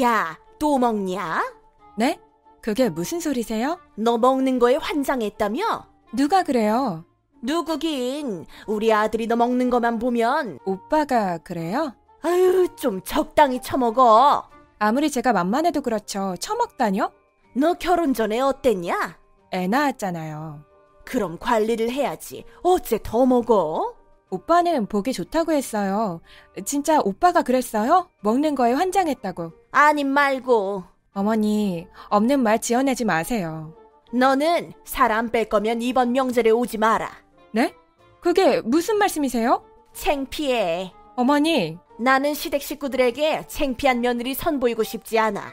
야, 또 먹냐? 네? 그게 무슨 소리세요? 너 먹는 거에 환장했다며? 누가 그래요? 누구긴 우리 아들이 너 먹는 것만 보면 오빠가 그래요? 아유 좀 적당히 처먹어. 아무리 제가 만만해도 그렇죠. 처먹다뇨? 너 결혼 전에 어땠냐? 애 낳았잖아요. 그럼 관리를 해야지. 어째 더 먹어? 오빠는 보기 좋다고 했어요. 진짜 오빠가 그랬어요? 먹는 거에 환장했다고. 아님 말고 어머니, 없는 말 지어내지 마세요. 너는 사람 뺄 거면 이번 명절에 오지 마라. 네? 그게 무슨 말씀이세요? 창피해. 어머니, 나는 시댁 식구들에게 창피한 며느리 선보이고 싶지 않아.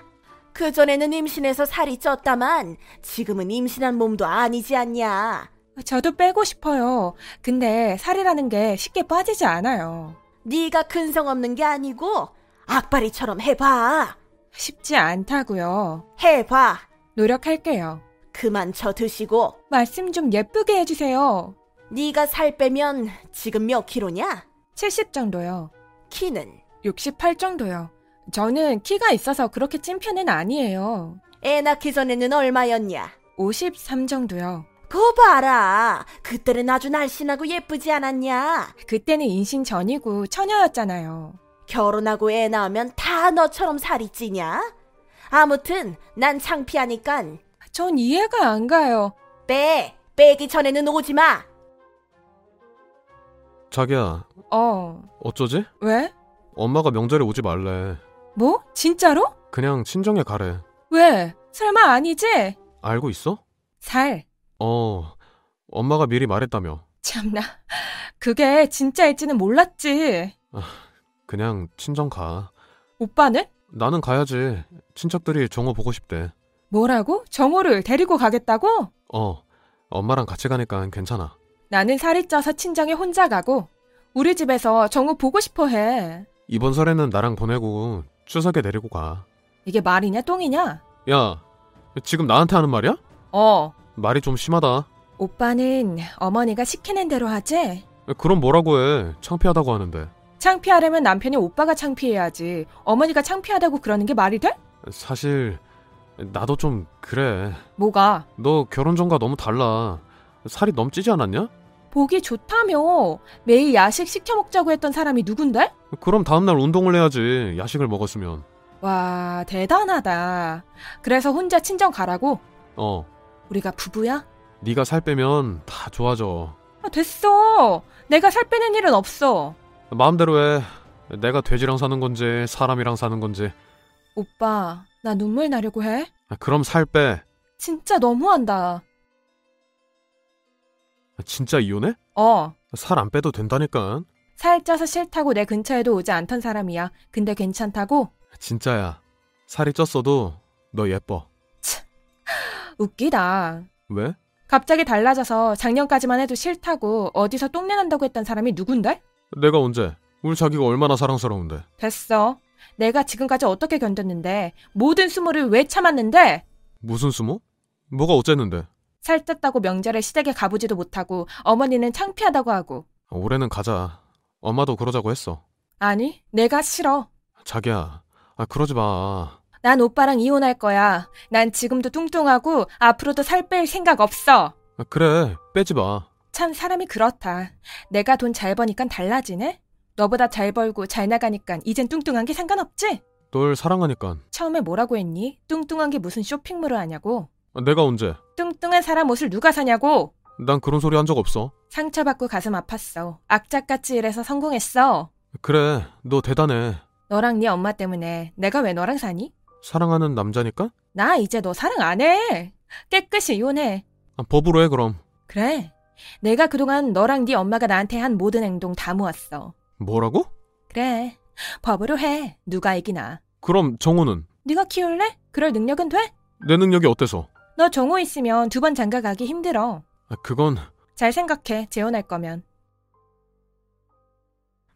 그전에는 임신해서 살이 쪘다만 지금은 임신한 몸도 아니지 않냐. 저도 빼고 싶어요. 근데 살이라는 게 쉽게 빠지지 않아요. 네가 근성 없는 게 아니고 악바리처럼 해봐. 쉽지 않다고요. 해봐. 노력할게요. 그만 쳐 드시고 말씀 좀 예쁘게 해주세요. 네가 살 빼면 지금 몇 킬로냐? 70 정도요. 키는 68 정도요. 저는 키가 있어서 그렇게 찐 편은 아니에요. 애 낳기 전에는 얼마였냐? 53 정도요. 거 봐라. 그때는 아주 날씬하고 예쁘지 않았냐? 그때는 인신 전이고 처녀였잖아요. 결혼하고 애 낳으면 다 너처럼 살이 찌냐? 아무튼 난 창피하니깐 전 이해가 안 가요. 빼. 빼기 전에는 오지 마. 자기야, 어, 어쩌지? 왜? 엄마가 명절에 오지 말래. 뭐? 진짜로? 그냥 친정에 가래. 왜? 설마 아니지? 알고 있어? 살. 어, 엄마가 미리 말했다며. 참나. 그게 진짜일지는 몰랐지. 그냥 친정 가. 오빠는? 나는 가야지. 친척들이 정호 보고 싶대. 뭐라고? 정호를 데리고 가겠다고? 어, 엄마랑 같이 가니까 괜찮아. 나는 살이 쪄서 친정에 혼자 가고 우리 집에서 정호 보고 싶어 해. 이번 설에는 나랑 보내고 추석에 내리고 가. 이게 말이냐 똥이냐? 야, 지금 나한테 하는 말이야? 어. 말이 좀 심하다. 오빠는 어머니가 시키는 대로 하지? 그럼 뭐라고 해. 창피하다고 하는데. 창피하려면 남편이 오빠가 창피해야지. 어머니가 창피하다고 그러는 게 말이 돼? 사실, 나도 좀 그래. 뭐가? 너 결혼 전과 너무 달라. 살이 넘치지 않았냐? 보기 좋다며. 매일 야식 시켜 먹자고 했던 사람이 누군데? 그럼 다음날 운동을 해야지. 야식을 먹었으면. 와, 대단하다. 그래서 혼자 친정 가라고? 어, 우리가 부부야? 네가 살 빼면 다 좋아져. 아, 됐어. 내가 살 빼는 일은 없어. 마음대로 해. 내가 돼지랑 사는 건지 사람이랑 사는 건지. 아, 오빠, 나 눈물 나려고 해? 그럼 살 빼. 진짜 너무한다. 진짜 이혼해? 어, 살 안 빼도 된다니까. 살쪄서 싫다고 내 근처에도 오지 않던 사람이야. 근데 괜찮다고? 진짜야. 살이 쪘어도 너 예뻐. 웃기다. 왜? 갑자기 달라져서 작년까지만 해도 싫다고 어디서 똥내 난다고 했던 사람이 누군데? 내가 언제? 우리 자기가 얼마나 사랑스러운데. 됐어. 내가 지금까지 어떻게 견뎠는데 모든 수모를 왜 참았는데 무슨 수모? 뭐가 어쨌는데? 살쪘다고 명절에 시댁에 가보지도 못하고 어머니는 창피하다고 하고 아, 올해는 가자. 엄마도 그러자고 했어. 아니 내가 싫어 자기야, 아, 그러지 마. 난 오빠랑 이혼할 거야 난 지금도 뚱뚱하고 앞으로도 살 뺄 생각 없어 아, 그래, 빼지 마. 참 사람이 그렇다 내가 돈 잘 버니까 달라지네 너보다 잘 벌고 잘 나가니까 이젠 뚱뚱한 게 상관없지 널 사랑하니까. 처음에 뭐라고 했니 뚱뚱한 게 무슨 쇼핑몰을 하냐고 아, 내가 언제? 뚱뚱한 사람 옷을 누가 사냐고 난 그런 소리 한 적 없어. 상처받고 가슴 아팠어 악착같이 일해서 성공했어 그래, 너 대단해. 너랑 네 엄마 때문에 내가 왜 너랑 사니? 사랑하는 남자니까? 나 이제 너 사랑 안 해. 깨끗이 이혼해. 아, 법으로 해, 그럼. 그래. 내가 그동안 너랑 네 엄마가 나한테 한 모든 행동 다 모았어. 뭐라고? 그래. 법으로 해. 누가 이기나. 그럼 정우는? 네가 키울래? 그럴 능력은 돼? 내 능력이 어때서? 너 정호 있으면 두 번 장가 가기 힘들어. 아, 그건 잘 생각해. 재혼할 거면.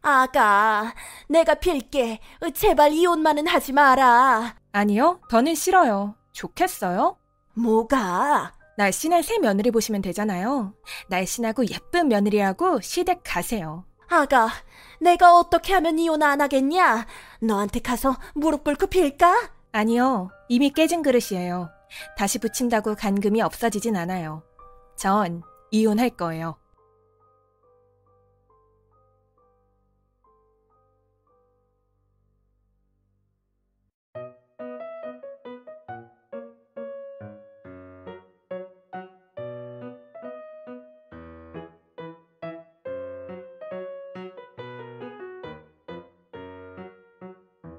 아가, 내가 빌게. 제발 이혼만은 하지 마라. 아니요. 더는 싫어요. 좋겠어요? 뭐가? 날씬한 새 며느리 보시면 되잖아요. 날씬하고 예쁜 며느리하고 시댁 가세요. 아가, 내가 어떻게 하면 이혼 안 하겠냐? 너한테 가서 무릎 꿇고 빌까? 아니요, 이미 깨진 그릇이에요. 다시 붙인다고 간금이 없어지진 않아요. 전 이혼할 거예요.